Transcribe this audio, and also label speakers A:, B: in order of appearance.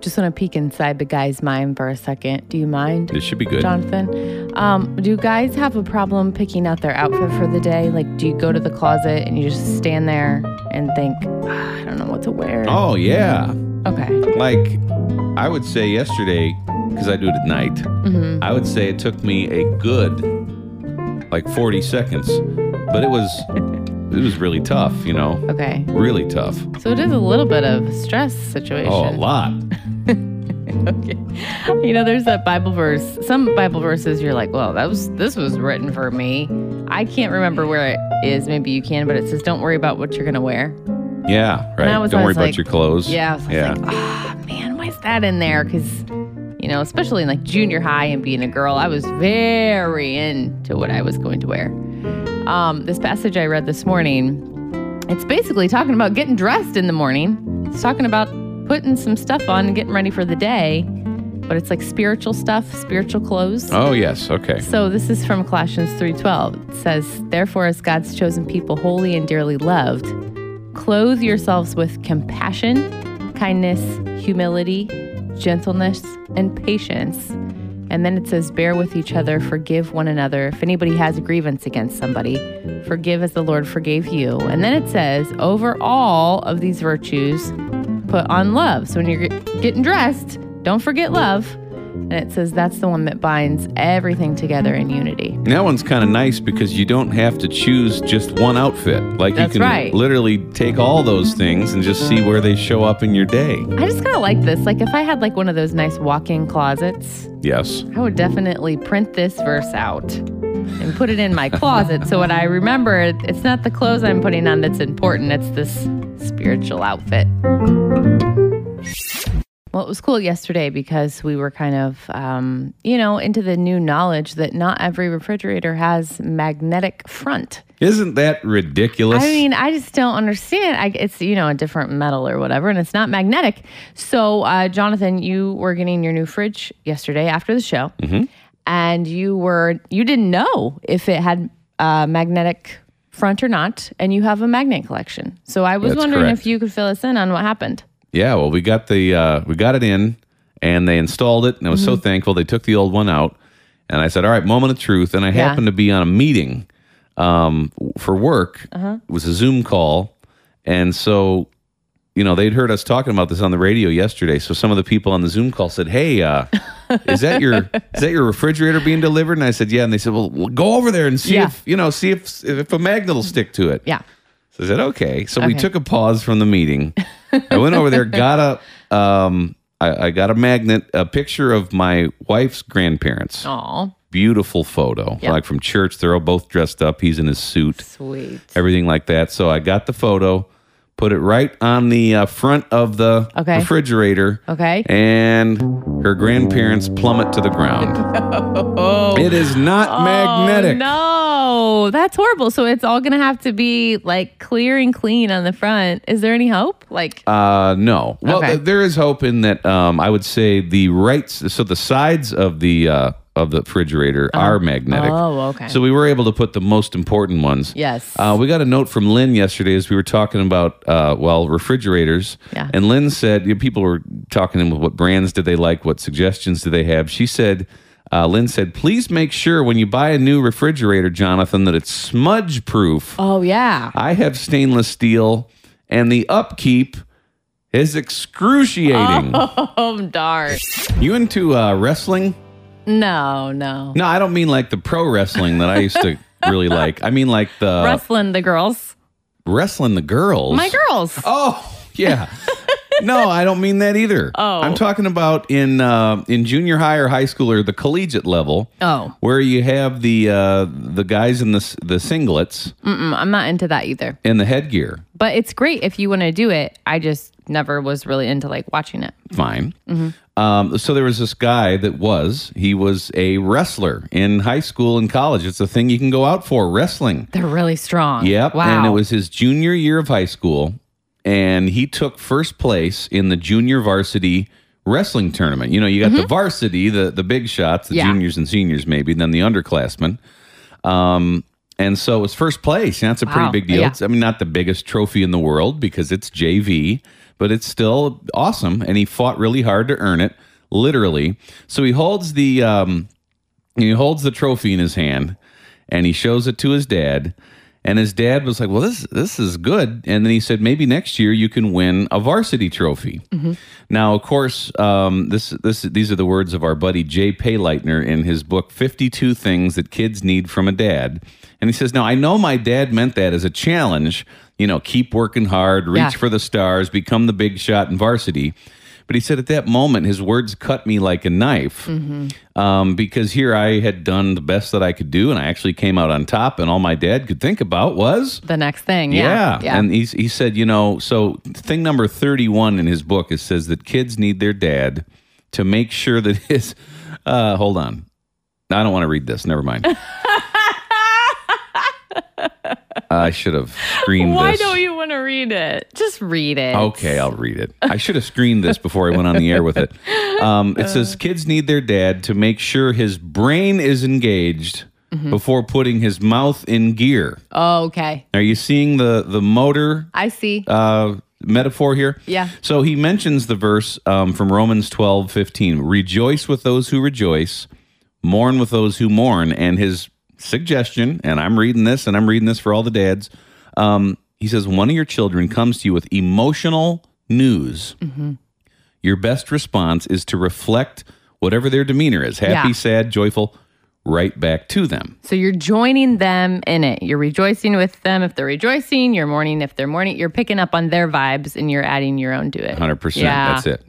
A: Just want to peek inside the guy's mind for a second. Do you mind,
B: This should be good.
A: Jonathan? Um, do guys have a problem picking out their outfit for the day? Like, do you go to the closet and you just stand there and think, "Ah, I don't know what to wear?
B: Oh yeah.
A: Okay.
B: Like I would say yesterday because I do it at night.
A: Mm-hmm.
B: I would say it took me a good like 40 seconds, but it was it was really tough, you know.
A: Okay.
B: Really tough.
A: So it is a little bit of stress situation.
B: Oh, a lot.
A: Okay. You know, there's that Bible verse. Some Bible verses you're like, well, that was this was written for me. I can't remember where it is. Maybe you can, but it says, don't worry about what you're gonna wear.
B: Yeah, right.
A: I was-
B: Don't
A: I
B: worry
A: was
B: about
A: like-
B: your clothes.
A: Yeah. So I
B: yeah.
A: was like, ah, man, why is that in there? Because you know, especially in like junior high and being a girl, I was very into what I was going to wear. Um, this passage I read this morning, it's basically talking about getting dressed in the morning. It's talking about putting some stuff on and getting ready for the day, but it's like spiritual stuff, spiritual clothes.
B: oh, yes. Okay.
A: So this is from Colossians 3:12. It says, "Therefore as God's chosen people, holy and dearly loved, clothe yourselves with compassion, kindness, humility, gentleness, and patience." And then it says, "Bear with each other, forgive one another. If anybody has a grievance against somebody, forgive as the Lord forgave you." And then it says, "Over all of these virtues, put on love." So when you're get- getting dressed, don't forget love. And it says that's the one that binds everything together in unity.
B: And That one's kind of nice because you don't have to choose just one outfit. Like
A: That's
B: you can
A: right.
B: literally take all those things and just see where they show up in your day.
A: I just kind of like this. Like, if I had like one of those nice walk in closets,
B: Yes.
A: I would definitely print this verse out and put it in my closet. so when I remember, it, it's not the clothes I'm putting on that's important, it's this spiritual outfit. Well, it was cool yesterday because we were kind of, um, you know, into the new knowledge that not every refrigerator has magnetic front.
B: Isn't that ridiculous?
A: I mean, I just don't understand. I, it's you know a different metal or whatever, and it's not magnetic. So, uh, Jonathan, you were getting your new fridge yesterday after the show,
B: Mm-hmm.
A: and you were you didn't know if it had uh, magnetic front or not, and you have a magnet collection. So I was
B: That's
A: wondering
B: correct.
A: if you could fill us in on what happened.
B: yeah. Well, we got the uh, we got it in, and they installed it, and I was
A: Mm-hmm.
B: so thankful. They took the old one out, and I said, "All right, moment of truth." And I
A: Yeah.
B: happened to be on a meeting um, for work.
A: Uh-huh.
B: It was a Zoom call, and so you know they'd heard us talking about this on the radio yesterday. So some of the people on the Zoom call said, "Hey, uh, is that your is that your refrigerator being delivered?" And I said, "Yeah." And they said, "Well, well go over there and see
A: Yeah.
B: if you know see if if a magnet will stick to it."
A: Yeah,
B: So I said, okay. So we
A: Okay.
B: took a pause from the meeting. I went over there, got a, um, I, I got a magnet, a picture of my wife's grandparents.
A: oh,
B: Beautiful photo,
A: Yeah.
B: like from church. They're all both dressed up. He's in his suit,
A: sweet.
B: everything like that. So I got the photo, put it right on the uh, front of the
A: Okay.
B: refrigerator.
A: Okay.
B: And her grandparents plummet to the ground. It is not Oh, magnetic.
A: Oh no, that's horrible. So it's all gonna have to be like clear and clean on the front. Is there any hope? Like,
B: Uh, no. Well,
A: Okay.
B: th- there is hope in that. Um, I would say the right, s- so the sides of the uh, of the refrigerator are magnetic.
A: Uh-huh. Oh, okay.
B: So we were able to put the most important ones.
A: yes.
B: Uh, we got a note from Lynn yesterday as we were talking about uh, well refrigerators,
A: Yeah.
B: and Lynn said you know, people were talking to him with what brands did they like, what suggestions do they have. She said, uh, Lynn said, please make sure when you buy a new refrigerator, Jonathan, that it's smudge proof.
A: oh yeah.
B: I have stainless steel, and the upkeep is excruciating.
A: Oh darn.
B: You into uh, wrestling?
A: No, no.
B: No, I don't mean like the pro wrestling that I used to really like. I mean like the
A: Wrestling the girls.
B: wrestling the girls.
A: My girls.
B: Oh, yeah. no, I don't mean that either.
A: Oh.
B: I'm talking about in uh, in junior high or high school or the collegiate level.
A: Oh.
B: Where you have the uh, the guys in the s- the singlets
A: Oh, Mm-mm, I'm not into that either.
B: and the headgear.
A: But it's great if you want to do it. I just never was really into like watching it.
B: fine. Um, so there was this guy that was he was a wrestler in high school and college. It's a thing you can go out for wrestling.
A: They're really strong.
B: Yep.
A: Wow.
B: And it was his junior year of high school, and he took first place in the junior varsity wrestling tournament. You know, you got the varsity, the the big shots, the
A: Mm-hmm. Yeah.
B: juniors and seniors, maybe, then the underclassmen. Um, and so it was first place. And that's a pretty
A: Wow.
B: big deal.
A: Yeah.
B: It's, I mean, not the biggest trophy in the world because it's JV, but it's still awesome. And he fought really hard to earn it, literally. So he holds the um, he holds the trophy in his hand, and he shows it to his dad. And his dad was like, "Well, this this is good." And then he said, "Maybe next year you can win a varsity trophy." Now, of course, um, this this these are the words of our buddy Jay Payleitner in his book "52 Things That Kids Need from a Dad," and he says, "Now I know my dad meant that as a challenge. You know, keep working hard, reach
A: Yeah.
B: for the stars, become the big shot in varsity." But he said at that moment, his words cut me like a knife um, because here I had done the best that I could do, and I actually came out on top. And all my dad could think about was
A: The next thing. Yeah.
B: and he's, he said, you know, so thing number 31 in his book, it says that kids need their dad to make sure that his, uh, hold on. I don't want to read this. Never mind. I should have screened
A: Why
B: this.
A: don't you want to read it? Just read it.
B: Okay, I'll read it. I should have screened this before I went on the air with it. Um, it says kids need their dad to make sure his brain is engaged before putting his mouth in gear.
A: Oh, okay.
B: Are you seeing the the motor
A: I see.
B: uh, metaphor here?
A: Yeah.
B: So he mentions the verse um, from Romans twelve fifteen: Rejoice with those who rejoice, mourn with those who mourn. And his suggestion, and I'm reading this, and I'm reading this for all the dads. Um, he says, One of your children comes to you with emotional news.
A: Mm-hmm.
B: Your best response is to reflect whatever their demeanor is happy,
A: Yeah.
B: sad, joyful right back to them.
A: So you're joining them in it. You're rejoicing with them if they're rejoicing. You're mourning if they're mourning. You're picking up on their vibes and you're adding your own to it.
B: 100%.
A: Yeah.
B: That's it.